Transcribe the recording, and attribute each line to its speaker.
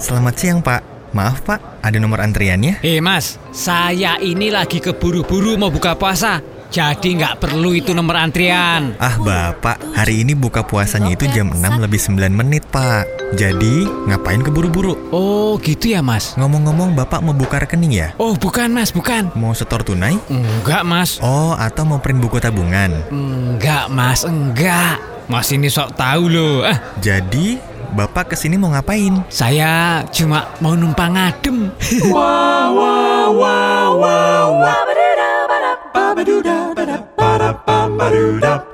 Speaker 1: Selamat siang, Pak. Maaf, Pak, ada nomor antriannya?
Speaker 2: Eh mas, saya ini lagi keburu-buru mau buka puasa Jadi nggak perlu itu nomor antrian
Speaker 1: Ah, Bapak, hari ini buka puasanya itu jam 6 lebih 9 menit, Pak. Jadi, ngapain keburu-buru?
Speaker 2: Oh gitu ya mas?
Speaker 1: Ngomong-ngomong, Bapak mau buka rekening ya?
Speaker 2: Oh bukan mas, bukan
Speaker 1: Mau setor tunai?
Speaker 2: Enggak mas
Speaker 1: Oh, atau mau print buku tabungan?
Speaker 2: Enggak mas, enggak Mas ini sok tahu loh Eh,
Speaker 1: Jadi, Bapak kesini mau ngapain?
Speaker 2: Saya cuma mau numpang adem
Speaker 3: Ba-ba-doo-da, ba-da, ba-ba-doo-da, ba-da, ba-da, ba-ba-doo-da.